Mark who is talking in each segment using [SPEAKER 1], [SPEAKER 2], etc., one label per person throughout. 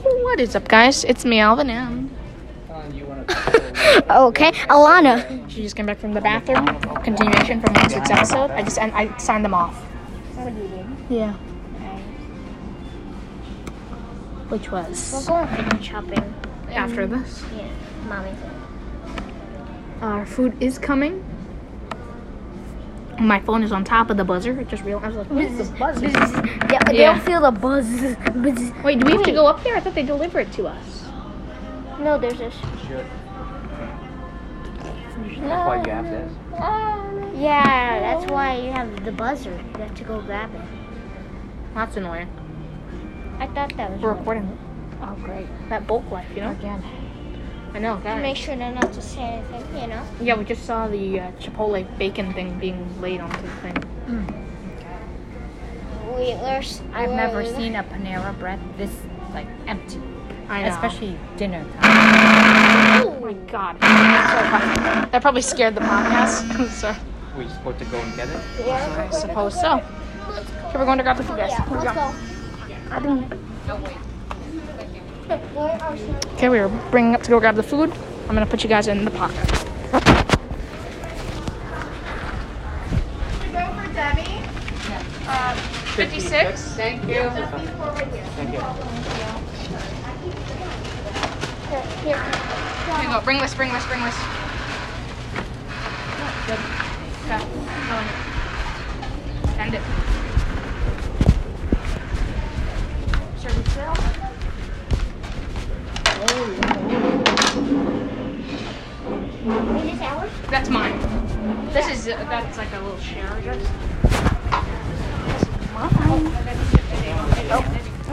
[SPEAKER 1] What is up, guys? It's me, Alvin, and
[SPEAKER 2] Okay, Alana.
[SPEAKER 1] she just came back from the bathroom. Continuation from last week's episode. I just and I signed them off. Yeah. Which
[SPEAKER 2] We're
[SPEAKER 1] was
[SPEAKER 2] going food shopping.
[SPEAKER 1] after this.
[SPEAKER 2] Yeah, mommy.
[SPEAKER 1] Our food is coming. My phone is on top of the buzzer. I just realized. I was like, what is this buzzer?
[SPEAKER 2] Yeah, they
[SPEAKER 1] Yeah.
[SPEAKER 2] don't feel the buzz. buzz.
[SPEAKER 1] Wait, do we have to go up there? I thought they deliver it to us.
[SPEAKER 2] No, there's this.
[SPEAKER 3] That's why you have this.
[SPEAKER 2] Yeah, that's why you have the buzzer. You have to go grab it.
[SPEAKER 1] That's annoying.
[SPEAKER 2] I thought that was.
[SPEAKER 1] We're recording
[SPEAKER 2] Oh, great.
[SPEAKER 1] that bulk life, you know. Again. I know. guys.
[SPEAKER 2] Make sure they're not to say anything, you know?
[SPEAKER 1] Yeah, we just saw the uh, Chipotle bacon thing being laid onto the thing.
[SPEAKER 2] We, we're,
[SPEAKER 4] I've never seen a Panera bread this like empty,
[SPEAKER 1] I know.
[SPEAKER 4] especially dinner time.
[SPEAKER 1] Oh my god. That's so funny. That probably scared the podcast. I'm sorry.
[SPEAKER 3] We're supposed to go and get it.
[SPEAKER 1] I suppose so. Okay, we're going to grab the food, guys.
[SPEAKER 2] Yeah,
[SPEAKER 1] Here we
[SPEAKER 2] let's
[SPEAKER 1] go.
[SPEAKER 2] go. Where are some-
[SPEAKER 1] Okay, we are bringing up to go grab the food. I'm gonna put you guys in the pocket. Uh, Here you go. Bring this, bring this, bring this. Good. Okay. Go in. End it. Serve yourself.
[SPEAKER 2] Wait, is ours?
[SPEAKER 1] That's mine. This is uh, that's like a little share just. This is mine.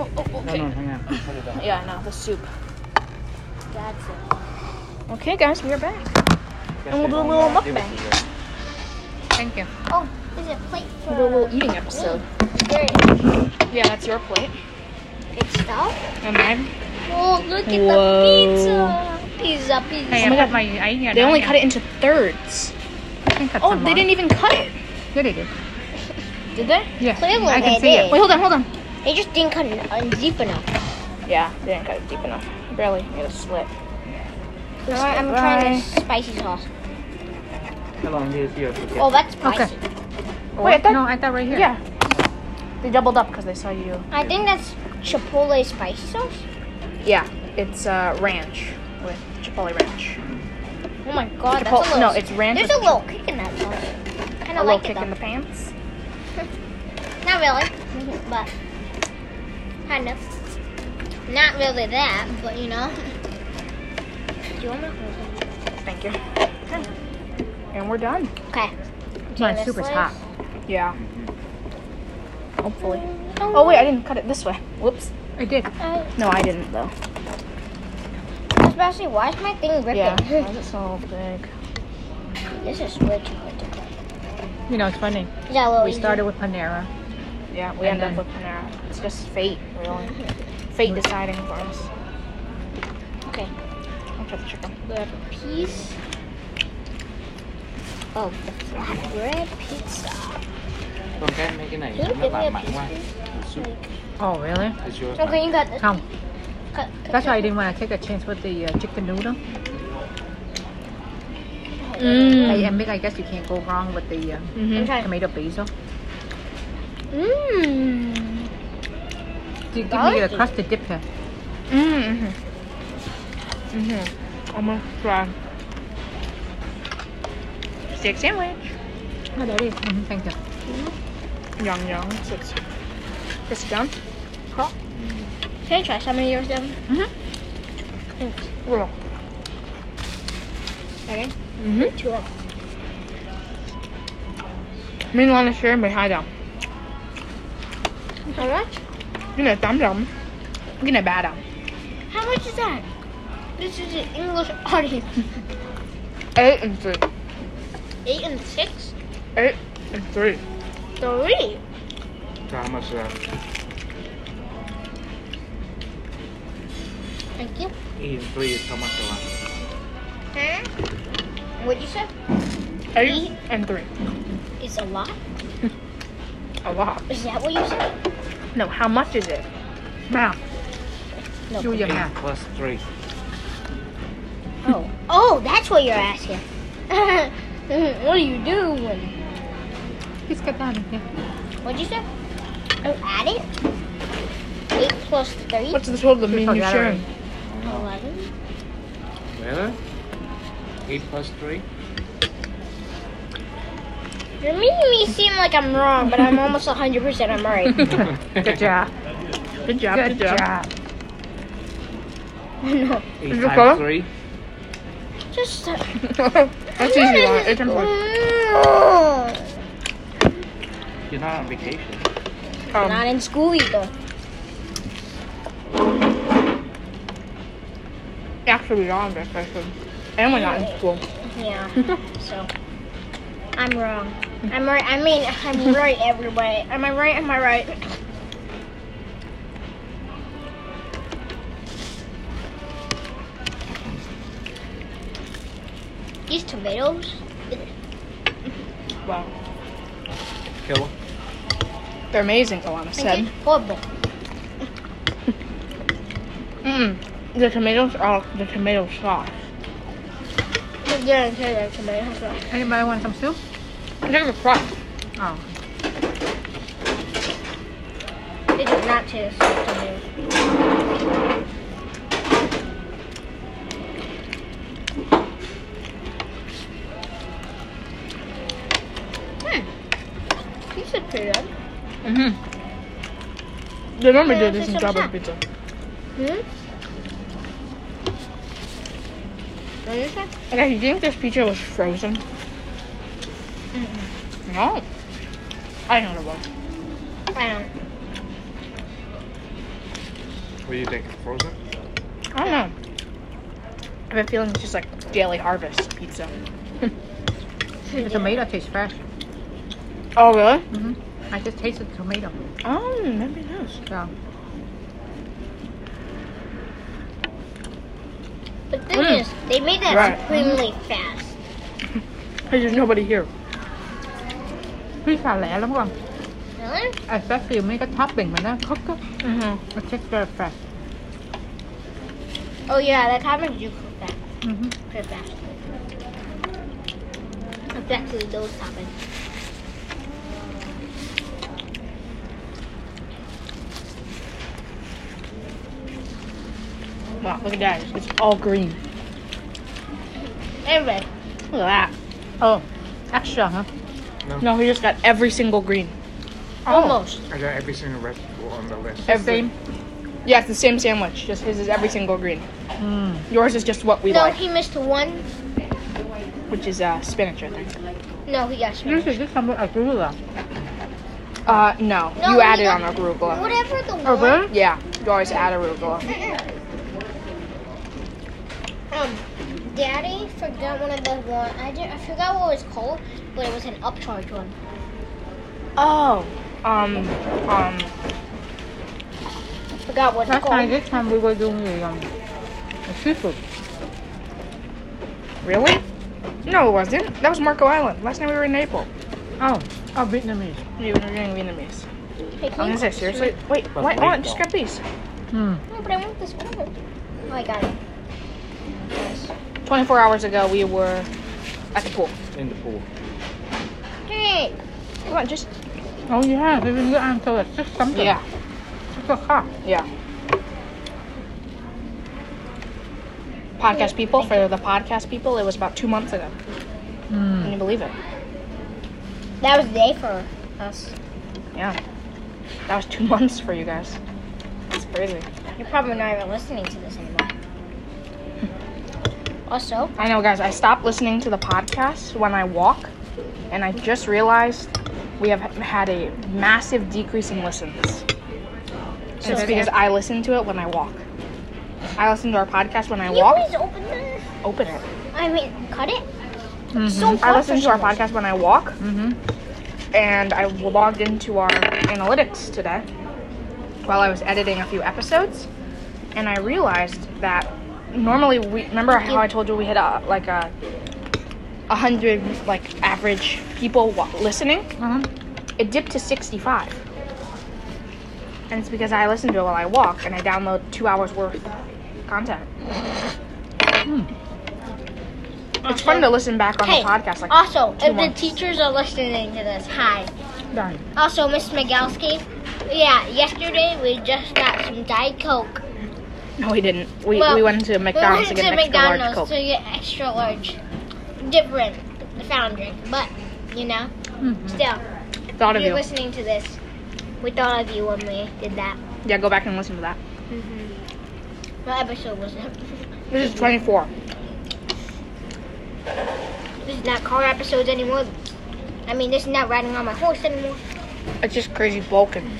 [SPEAKER 1] Oh, oh, oh, okay.
[SPEAKER 3] hang on. Put it down.
[SPEAKER 1] Yeah, no, the soup.
[SPEAKER 2] That's it.
[SPEAKER 1] Okay, guys, we are back.
[SPEAKER 3] And
[SPEAKER 1] we'll do a little mukbang. Thank you.
[SPEAKER 2] Oh, is it plate for
[SPEAKER 1] We'll do a little eating episode.
[SPEAKER 2] There it is.
[SPEAKER 1] Yeah, that's your plate.
[SPEAKER 2] It's stuff.
[SPEAKER 1] And mine.
[SPEAKER 2] Oh, look at
[SPEAKER 1] Whoa.
[SPEAKER 2] the pizza. Pizza, pizza.
[SPEAKER 1] Oh my
[SPEAKER 4] Hey, I
[SPEAKER 1] God.
[SPEAKER 4] cut my. I, yeah,
[SPEAKER 1] They only cut it into thirds. Oh, they didn't even cut it.
[SPEAKER 4] Uh-huh. Yeah, they did.
[SPEAKER 1] Did they?
[SPEAKER 4] Yeah,
[SPEAKER 2] Clearly
[SPEAKER 4] I
[SPEAKER 2] they
[SPEAKER 4] can see
[SPEAKER 2] did.
[SPEAKER 4] it.
[SPEAKER 1] Wait, hold on, hold on.
[SPEAKER 2] They just didn't cut it un- deep enough.
[SPEAKER 1] Yeah, they didn't cut it deep enough. Barely made a slit.
[SPEAKER 2] I'm trying this spicy sauce.
[SPEAKER 3] How long is yours to get?
[SPEAKER 2] Oh, that's spicy.
[SPEAKER 4] Okay.
[SPEAKER 1] Wait, I thought-
[SPEAKER 4] Oh, no, I thought right here.
[SPEAKER 1] Yeah. They doubled up because they saw you.
[SPEAKER 2] I think that's chipotle spicy sauce.
[SPEAKER 1] Yeah, it's uh, ranch with chipotle ranch.
[SPEAKER 2] Oh my god, that's a
[SPEAKER 1] Chipotle-
[SPEAKER 2] little.
[SPEAKER 1] no, it's ranch
[SPEAKER 2] There's
[SPEAKER 1] with
[SPEAKER 2] a little kick in that sauce. Kind
[SPEAKER 1] a little
[SPEAKER 2] of like
[SPEAKER 1] kick
[SPEAKER 2] it
[SPEAKER 1] in the
[SPEAKER 2] though.
[SPEAKER 1] pants.
[SPEAKER 2] Not really, but kind of. Not really that, but you know. Do you want me to hold it?
[SPEAKER 1] Thank you. And we're done.
[SPEAKER 2] Okay.
[SPEAKER 4] Mine's super hot.
[SPEAKER 1] Yeah. Hopefully. Oh wait, I didn't cut it this way. Whoops.
[SPEAKER 4] I did.
[SPEAKER 2] Uh,
[SPEAKER 1] No, I didn't though.
[SPEAKER 2] especially, why is my thing ripping?
[SPEAKER 1] Yeah. Why is it so big?
[SPEAKER 2] this is way too hard to cut.
[SPEAKER 4] You know, it's funny.
[SPEAKER 2] Is that what
[SPEAKER 4] We started with Panera.
[SPEAKER 1] Yeah, we
[SPEAKER 4] And
[SPEAKER 1] end up with
[SPEAKER 4] then-
[SPEAKER 1] Panera. It's just fate, really. Fate deciding for us.
[SPEAKER 2] Okay.
[SPEAKER 1] I'll try the chicken.
[SPEAKER 2] We have a piece of the flatbread pizza.
[SPEAKER 1] Oh.
[SPEAKER 3] Con cái mấy cái này
[SPEAKER 2] Can you
[SPEAKER 3] nó
[SPEAKER 2] give me
[SPEAKER 3] làm
[SPEAKER 2] a
[SPEAKER 3] mặn quá. Soup
[SPEAKER 4] Oh, really?
[SPEAKER 3] is yours.
[SPEAKER 2] Okay, you got this.
[SPEAKER 4] Tom,
[SPEAKER 2] Cut, cut,
[SPEAKER 4] that's why I didn't want to take a chance with the uh, chicken noodle. I,
[SPEAKER 1] Mmm.
[SPEAKER 4] admit, I guess you can't go wrong with the uh,
[SPEAKER 1] Mm-hmm.
[SPEAKER 2] Okay.
[SPEAKER 4] tomato basil.
[SPEAKER 2] Mmm.
[SPEAKER 4] Do you give me a crusted dip here?
[SPEAKER 1] Mm-hmm. Mm-hmm. Oh my god. Steak sandwich.
[SPEAKER 4] Oh, there it is. Mhm, Thank you.
[SPEAKER 1] Yum yum. Six. This is done.
[SPEAKER 2] Can I try some of yours, Devin?
[SPEAKER 1] Roll.
[SPEAKER 2] Ready?
[SPEAKER 1] Mm-hmm.
[SPEAKER 2] Two of them.
[SPEAKER 1] Mình ngon là sure mình hai đồng.
[SPEAKER 2] How much?
[SPEAKER 1] Cái này 8 đồng. Cái này 3 đồng.
[SPEAKER 2] How much is that? This is an English audience.
[SPEAKER 1] 8 and 3.
[SPEAKER 2] Eight and six?
[SPEAKER 1] 8 and 3.
[SPEAKER 2] Three.
[SPEAKER 3] Cho mà sờ.
[SPEAKER 2] Thank you.
[SPEAKER 3] Ian three is how much you want?
[SPEAKER 2] Hmm? What'd you say?
[SPEAKER 1] 8 and 3.
[SPEAKER 2] Is a lot?
[SPEAKER 1] A lot.
[SPEAKER 2] Is that what you said?
[SPEAKER 1] No, how much is it? Wow.
[SPEAKER 4] No.
[SPEAKER 1] Sure,
[SPEAKER 4] please.
[SPEAKER 3] Eight plus three.
[SPEAKER 4] Oh.
[SPEAKER 2] Oh, that's what you're asking. what are you doing?
[SPEAKER 4] He's got that. Yeah.
[SPEAKER 2] What'd you say? Oh, add it. Eight plus three.
[SPEAKER 1] What's the total of me and you
[SPEAKER 4] forgot
[SPEAKER 1] sharing?
[SPEAKER 2] Eleven.
[SPEAKER 3] Well, eight plus three.
[SPEAKER 2] You're making me seem like I'm wrong, but I'm almost 100% I'm right.
[SPEAKER 4] Good job.
[SPEAKER 1] Good job.
[SPEAKER 4] Good job.
[SPEAKER 2] no.
[SPEAKER 3] Eight
[SPEAKER 1] Is it color?
[SPEAKER 3] times three.
[SPEAKER 2] Just.
[SPEAKER 1] That's easy one. Eight times one.
[SPEAKER 2] Oh.
[SPEAKER 3] You're not on vacation.
[SPEAKER 2] We're not in school either.
[SPEAKER 1] Actually, we are on vacation. And we're not in school.
[SPEAKER 2] Yeah. so. I'm wrong. I'm right. I mean, I'm right every way. Am I right? Am I right? These tomatoes.
[SPEAKER 1] Wow.
[SPEAKER 3] Kill.
[SPEAKER 1] They're amazing, Alana
[SPEAKER 2] I
[SPEAKER 1] said.
[SPEAKER 2] did horrible.
[SPEAKER 1] Mm. The tomatoes are the tomato sauce.
[SPEAKER 2] But yeah, I tell you that tomatoes. are-
[SPEAKER 4] Anybody want some soup?
[SPEAKER 1] I think it's crust.
[SPEAKER 4] Oh.
[SPEAKER 2] It does not taste like tomatoes. Hmm. Tasted pretty good.
[SPEAKER 4] Mm-hmm.
[SPEAKER 1] Mm-hmm. They normally do
[SPEAKER 2] Yeah,
[SPEAKER 1] this in
[SPEAKER 2] it's
[SPEAKER 1] job
[SPEAKER 2] upset.
[SPEAKER 1] pizza.
[SPEAKER 2] Hmm? What did you say?
[SPEAKER 1] Okay, you think this pizza was frozen? No. I don't know what.
[SPEAKER 2] I don't know.
[SPEAKER 3] Will you take it frozen?
[SPEAKER 1] I don't know. I have a feeling it's just like daily harvest pizza.
[SPEAKER 4] The tomato tastes fresh.
[SPEAKER 1] Oh, really?
[SPEAKER 4] Mm-hmm. I just tasted tomato.
[SPEAKER 1] Oh, maybe it is.
[SPEAKER 4] So.
[SPEAKER 2] But the thing
[SPEAKER 1] Mm.
[SPEAKER 2] is, they made that
[SPEAKER 1] Right.
[SPEAKER 2] supremely fast.
[SPEAKER 1] Because there's nobody here.
[SPEAKER 4] Pizza lẻ lắm À, con.
[SPEAKER 2] Really?
[SPEAKER 4] Especially you make a topping when I cook it.
[SPEAKER 1] Mm-hmm.
[SPEAKER 4] It tastes very fresh.
[SPEAKER 2] Oh yeah, that happened. You cook that.
[SPEAKER 1] Ừ.
[SPEAKER 4] Mm-hmm.
[SPEAKER 2] Put it back. Put back to the those topping.
[SPEAKER 1] Wow, look at that. It's all green.
[SPEAKER 2] Anyway,
[SPEAKER 1] Look at that.
[SPEAKER 4] Oh, extra, huh?
[SPEAKER 1] No, he just got every single green.
[SPEAKER 2] almost.
[SPEAKER 3] I got every single vegetable on the list.
[SPEAKER 1] Every.
[SPEAKER 4] Same.
[SPEAKER 1] Yeah, it's the same sandwich. Just his is every single green.
[SPEAKER 4] Mm.
[SPEAKER 1] Yours is just what we
[SPEAKER 2] No,
[SPEAKER 1] like,
[SPEAKER 2] he missed one.
[SPEAKER 1] which is uh, spinach, I think.
[SPEAKER 2] No, he got
[SPEAKER 4] You
[SPEAKER 2] spinach.
[SPEAKER 4] should do some with arugula.
[SPEAKER 1] Uh, no.
[SPEAKER 2] No,
[SPEAKER 1] you
[SPEAKER 2] we
[SPEAKER 1] added
[SPEAKER 2] got-
[SPEAKER 1] on arugula.
[SPEAKER 2] Whatever the one.
[SPEAKER 4] Oh,
[SPEAKER 1] Yeah, you always add arugula.
[SPEAKER 2] Um, Daddy forgot one of the one. I did, I forgot what it was called, but it was an upcharge one.
[SPEAKER 1] Oh. Um, um,
[SPEAKER 2] Forgot what it's
[SPEAKER 4] Last night,
[SPEAKER 2] called.
[SPEAKER 4] this time we were doing the, um, the seafood.
[SPEAKER 1] really? No, it wasn't. That was Marco Island. Last night we were in Naples.
[SPEAKER 4] Oh, oh, Vietnamese.
[SPEAKER 1] We were doing Vietnamese.
[SPEAKER 2] Hey,
[SPEAKER 1] I'm
[SPEAKER 2] can you-
[SPEAKER 1] gonna say, seriously? Wait,
[SPEAKER 3] But
[SPEAKER 1] wait, hold on,
[SPEAKER 3] we
[SPEAKER 1] just grab
[SPEAKER 3] don't.
[SPEAKER 1] these.
[SPEAKER 4] Hmm.
[SPEAKER 2] No, but I want this one. Oh, I got it. Yes.
[SPEAKER 1] 24 hours ago, we were at the pool.
[SPEAKER 3] In the pool.
[SPEAKER 2] Hey,
[SPEAKER 1] Come on, just,
[SPEAKER 4] Oh yeah, we will go until it's six something.
[SPEAKER 1] yeah,
[SPEAKER 4] Six o'clock.
[SPEAKER 1] yeah. Podcast people, for the podcast people, it was about two months ago. Can
[SPEAKER 4] Mm.
[SPEAKER 1] you believe it?
[SPEAKER 2] that was the day for us.
[SPEAKER 1] Yeah. That was two months for you guys. It's crazy.
[SPEAKER 2] You're probably not even listening to this anymore. Also,
[SPEAKER 1] I know, guys. I stopped listening to the podcast when I walk, and I just realized we have had a massive decrease in listens. And
[SPEAKER 4] So
[SPEAKER 1] it's
[SPEAKER 4] it's
[SPEAKER 1] because I listen to it when I walk. I listen to our podcast when I
[SPEAKER 2] can you
[SPEAKER 1] walk.
[SPEAKER 2] please open this?
[SPEAKER 1] Open it.
[SPEAKER 2] I mean, cut it.
[SPEAKER 4] Mhm.
[SPEAKER 2] So
[SPEAKER 1] Mm-hmm. I listen to our podcast when I walk,
[SPEAKER 4] Mhm.
[SPEAKER 1] and I logged into our analytics today while I was editing a few episodes, and I realized that normally we remember how I told you we had a, like a a hundred like average people wa- listening.
[SPEAKER 4] Uh-huh.
[SPEAKER 1] It dipped to sixty five. And it's because I listen to it while I walk and I download two hours worth of content. It's fun to listen back on
[SPEAKER 2] Hey,
[SPEAKER 1] the podcast. Like
[SPEAKER 2] also,
[SPEAKER 1] two
[SPEAKER 2] if
[SPEAKER 1] months.
[SPEAKER 2] the teachers are listening to this, hi.
[SPEAKER 1] Done.
[SPEAKER 2] Also, Miss Migalski, yeah, yesterday we just got some Diet Coke.
[SPEAKER 1] No, we didn't. We,
[SPEAKER 2] Well,
[SPEAKER 1] we went to McDonald's
[SPEAKER 2] we
[SPEAKER 1] to
[SPEAKER 2] went
[SPEAKER 1] get an
[SPEAKER 2] to
[SPEAKER 1] extra large
[SPEAKER 2] McDonald's
[SPEAKER 1] Coke.
[SPEAKER 2] to get extra large. Different, the foundry, but you know, still,
[SPEAKER 1] Mm-hmm. Thought of
[SPEAKER 2] you're
[SPEAKER 1] you.
[SPEAKER 2] listening to this. We thought of you when we did that.
[SPEAKER 1] Yeah, go back and listen to that.
[SPEAKER 2] What episode was it?
[SPEAKER 1] This is 24.
[SPEAKER 2] This is not car episodes anymore. I mean, this is not riding on my horse anymore.
[SPEAKER 1] It's just crazy bulking.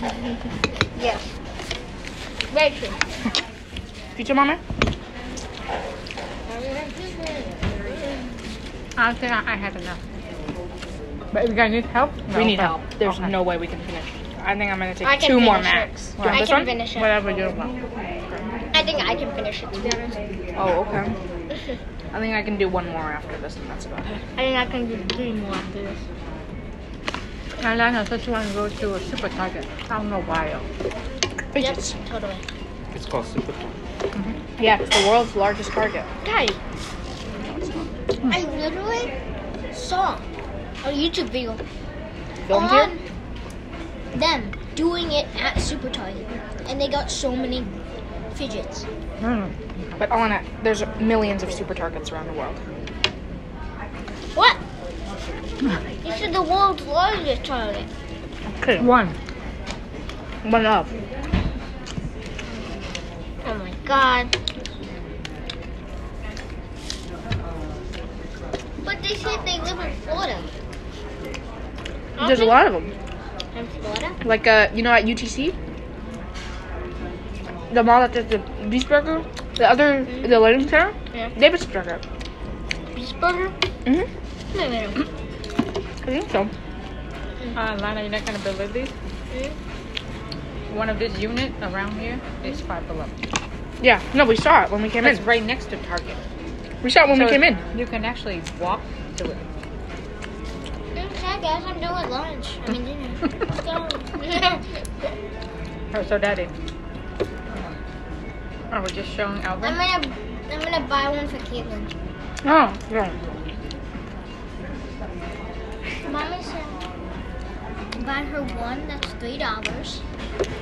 [SPEAKER 2] Yes. Very true.
[SPEAKER 1] Future mama? À,
[SPEAKER 4] I think I I had enough. But you guys need help?
[SPEAKER 1] we need help. There's no way we can finish. I think I'm gonna
[SPEAKER 2] I
[SPEAKER 1] take
[SPEAKER 2] can
[SPEAKER 1] two more
[SPEAKER 2] finish it.
[SPEAKER 1] max.
[SPEAKER 2] I
[SPEAKER 1] this
[SPEAKER 2] can
[SPEAKER 1] one?
[SPEAKER 2] finish it.
[SPEAKER 1] Whatever you want.
[SPEAKER 2] I think I can finish it, to be honest. I
[SPEAKER 1] Oh, okay. I think I can do one more after this, and that's about it.
[SPEAKER 2] think I can do three more after this.
[SPEAKER 4] And then I just want to go to a super target. I don't know why.
[SPEAKER 2] Yep, totally.
[SPEAKER 3] It's called Super Talk.
[SPEAKER 1] Yeah, it's the world's largest target.
[SPEAKER 2] Guys, I literally saw a YouTube video
[SPEAKER 1] Filmed
[SPEAKER 2] on
[SPEAKER 1] here?
[SPEAKER 2] them doing it at Super Target, and they got so many fidgets.
[SPEAKER 1] But on it, there's millions of super targets around the world.
[SPEAKER 2] What? this is the world's largest target.
[SPEAKER 1] Okay.
[SPEAKER 4] One.
[SPEAKER 1] One up.
[SPEAKER 2] Oh my god. But they said they live in Florida.
[SPEAKER 1] There's a lot of them.
[SPEAKER 2] In Florida?
[SPEAKER 1] Like, uh, you know, at UTC, the mall that does the Beast Burger, the other, the Lighting Center,
[SPEAKER 2] Yeah.
[SPEAKER 1] they have a Burger.
[SPEAKER 2] Pittsburgh?
[SPEAKER 1] Mm-hmm.
[SPEAKER 2] No, no, no.
[SPEAKER 1] I think so.
[SPEAKER 4] Uh, Lana, you're not going to believe this. One of this unit around here is Five Below.
[SPEAKER 1] Yeah. No, we saw it when we came
[SPEAKER 4] It's
[SPEAKER 1] in.
[SPEAKER 4] right next to Target.
[SPEAKER 1] We saw it when
[SPEAKER 4] So
[SPEAKER 1] we came in.
[SPEAKER 4] You can actually walk to it.
[SPEAKER 2] Okay, guys, I'm doing lunch. I mean dinner. So-
[SPEAKER 4] Oh, so Daddy. Are we just showing
[SPEAKER 2] I'm
[SPEAKER 4] Alvin?
[SPEAKER 2] gonna I'm gonna buy one for Caitlin.
[SPEAKER 1] Oh, yeah.
[SPEAKER 2] Mommy said buy her one that's three dollars.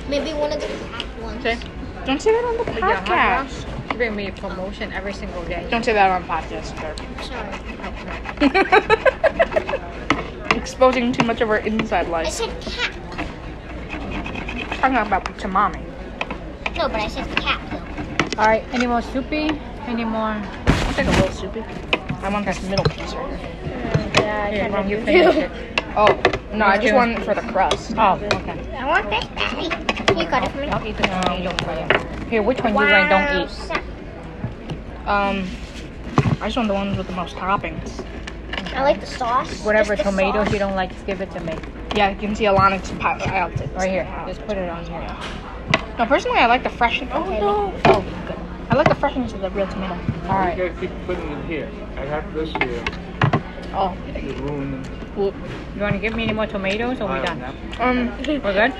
[SPEAKER 2] Maybe one of the packed ones.
[SPEAKER 4] Okay.
[SPEAKER 1] Don't say that on the
[SPEAKER 4] We got hot
[SPEAKER 1] podcast.
[SPEAKER 4] dogs. Giving me a promotion every single day.
[SPEAKER 1] Don't say that on podcast, Kirk.
[SPEAKER 2] Sorry.
[SPEAKER 1] Exposing too much of our inside
[SPEAKER 2] I
[SPEAKER 1] life.
[SPEAKER 2] said cat.
[SPEAKER 1] I'm talking about to mommy.
[SPEAKER 2] No, but I said cat though.
[SPEAKER 4] All right. Any more soupy? Any more?
[SPEAKER 1] I'll take a little soupy. I want this middle piece right here.
[SPEAKER 4] Here, Mom, you finish it.
[SPEAKER 1] Oh, no, I just want it for the crust.
[SPEAKER 4] Oh, okay.
[SPEAKER 2] I want this daddy. You got it for me.
[SPEAKER 4] I'll eat the one you don't eat. Here, which one you
[SPEAKER 2] Wow,
[SPEAKER 4] like don't eat?
[SPEAKER 2] suck.
[SPEAKER 1] Um, I just want the ones with the most toppings.
[SPEAKER 2] I like the sauce.
[SPEAKER 4] Whatever
[SPEAKER 2] Just the
[SPEAKER 4] tomato
[SPEAKER 2] sauce.
[SPEAKER 4] you don't like, give it to me.
[SPEAKER 1] Yeah, you can see Alana's pie. I'll take this.
[SPEAKER 4] Right here. Just put it on here.
[SPEAKER 1] No, personally, I like the fresh. Oh,
[SPEAKER 4] no.
[SPEAKER 1] Oh, good. I like the freshness of the real tomato.
[SPEAKER 4] All right.
[SPEAKER 3] You gotta keep putting it here. I have this here.
[SPEAKER 1] Oh,
[SPEAKER 3] You ruin
[SPEAKER 1] whoop.
[SPEAKER 4] You want to give me any more tomatoes or we done?
[SPEAKER 1] Um,
[SPEAKER 4] We're good? We're
[SPEAKER 2] Hey,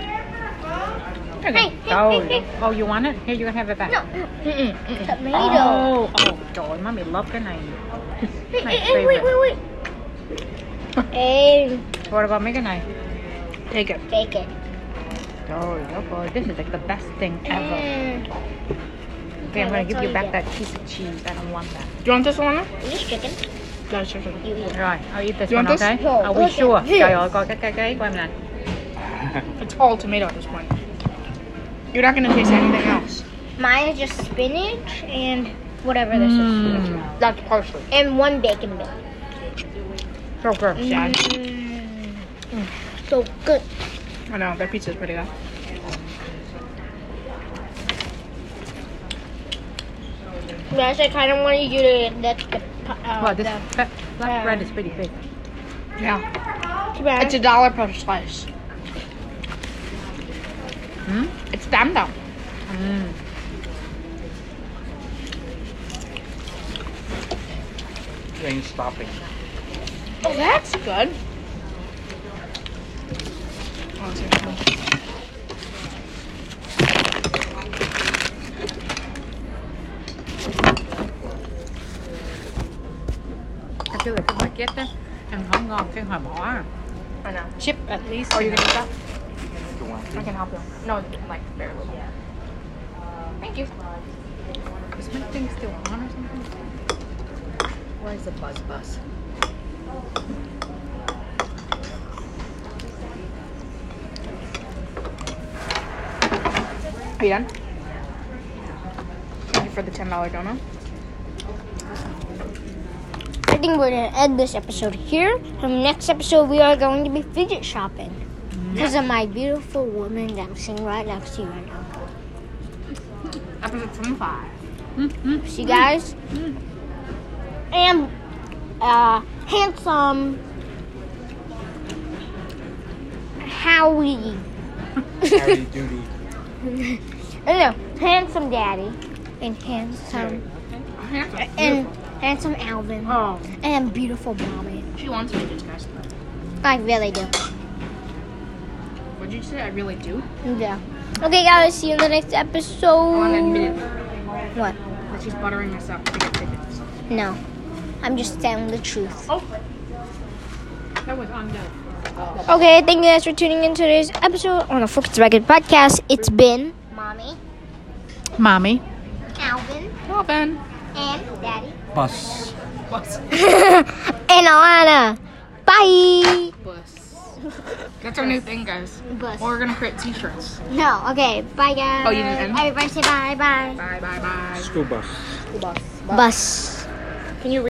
[SPEAKER 4] good.
[SPEAKER 2] hey, hey,
[SPEAKER 4] Oh,
[SPEAKER 2] hey.
[SPEAKER 4] oh, you want it? Here, you can have it back.
[SPEAKER 2] No,
[SPEAKER 1] mm-mm, mm-mm.
[SPEAKER 2] tomato.
[SPEAKER 4] Oh, oh, God. Mommy loved it. I
[SPEAKER 2] Hey,
[SPEAKER 4] my
[SPEAKER 2] hey, hey, wait, wait, wait. Hey,
[SPEAKER 4] What about Megan and I?
[SPEAKER 1] take it.
[SPEAKER 2] bake it.
[SPEAKER 4] Oh, yeah, boy. This is like the best thing ever.
[SPEAKER 2] Mm.
[SPEAKER 4] Okay,
[SPEAKER 2] Yeah,
[SPEAKER 4] I'm going
[SPEAKER 2] that's
[SPEAKER 4] to give
[SPEAKER 2] all
[SPEAKER 4] you
[SPEAKER 2] you
[SPEAKER 4] back
[SPEAKER 2] get.
[SPEAKER 4] that piece of cheese. I don't want that.
[SPEAKER 1] Do you want this, Alana?
[SPEAKER 2] This chicken,
[SPEAKER 1] No, sure, sure.
[SPEAKER 2] you eat. it.
[SPEAKER 4] Right. I'll eat this
[SPEAKER 1] You
[SPEAKER 4] one,
[SPEAKER 1] want this?
[SPEAKER 4] okay?
[SPEAKER 2] No,
[SPEAKER 4] Are we
[SPEAKER 2] look at
[SPEAKER 4] sure?
[SPEAKER 2] this.
[SPEAKER 4] Trời ơi, coi cái cái cái của em nè.
[SPEAKER 1] It's all tomato at this point. You're not gonna taste anything else.
[SPEAKER 2] Mine is just spinach and whatever this is.
[SPEAKER 1] That's parsley.
[SPEAKER 4] Mm.
[SPEAKER 2] And one bacon bit.
[SPEAKER 4] So good.
[SPEAKER 1] Yeah,
[SPEAKER 2] Mm. So good.
[SPEAKER 1] I, I know their pizza's pretty good.
[SPEAKER 2] Guys, I kind of wanted you to get the. Uh,
[SPEAKER 4] Wow, this
[SPEAKER 2] the-
[SPEAKER 4] pe- black
[SPEAKER 2] uh,
[SPEAKER 4] bread is pretty big.
[SPEAKER 1] Yeah,
[SPEAKER 2] to be honest,
[SPEAKER 1] it's a dollar per slice.
[SPEAKER 4] Hmm?
[SPEAKER 1] It's damn though.
[SPEAKER 4] Mm.
[SPEAKER 3] Rain stopping.
[SPEAKER 1] Oh, that's good. Oh, it's here.
[SPEAKER 4] chứ là cái hồi chết á ăn không ngon cái hồi bỏ à.
[SPEAKER 1] I know.
[SPEAKER 4] chip at least
[SPEAKER 1] Oh, you can eat that?
[SPEAKER 3] You want
[SPEAKER 1] I
[SPEAKER 3] to?
[SPEAKER 1] can help you. No, like very little. Thank you.
[SPEAKER 4] is my thing still on or something where's the buzz bus
[SPEAKER 1] Are you done? Thank you for the ten dollar donut.
[SPEAKER 2] I think we're gonna end this episode here. Um, next episode, we are going to be fidget shopping because of my beautiful woman that I'm sitting right next to you right now.
[SPEAKER 1] Episode twenty-five.
[SPEAKER 2] See you guys, and uh, handsome Howie.
[SPEAKER 3] Howdy doody.
[SPEAKER 2] no, handsome Daddy and handsome and handsome Alvin
[SPEAKER 1] Oh,
[SPEAKER 2] and beautiful mommy.
[SPEAKER 1] she wants fidgets, guys.
[SPEAKER 2] I really do.
[SPEAKER 1] What'd you say? I really do.
[SPEAKER 2] Yeah. Okay, guys. See you in the next
[SPEAKER 1] I want to
[SPEAKER 2] episode.
[SPEAKER 1] admit
[SPEAKER 2] What?
[SPEAKER 1] that she's buttering us up to get fidgets.
[SPEAKER 2] No. I'm just telling the truth.
[SPEAKER 1] Oh,
[SPEAKER 4] that was undone
[SPEAKER 2] Okay, thank you guys for tuning in to today's episode on the Focus Record Podcast. It's been Mommy,
[SPEAKER 4] mommy
[SPEAKER 2] Alvin,
[SPEAKER 1] well then.
[SPEAKER 2] and Daddy.
[SPEAKER 3] Bus.
[SPEAKER 4] bus
[SPEAKER 2] and Alana. Bye.
[SPEAKER 1] Bus. That's our new thing, guys.
[SPEAKER 2] Bus.
[SPEAKER 1] Or we're gonna create T-shirts.
[SPEAKER 2] No, okay. Bye, guys.
[SPEAKER 1] Oh, you didn't end?
[SPEAKER 2] Everybody say bye. Bye.
[SPEAKER 1] Bye, bye, bye.
[SPEAKER 3] School bus.
[SPEAKER 1] School bus.
[SPEAKER 2] Bus.
[SPEAKER 1] Can you?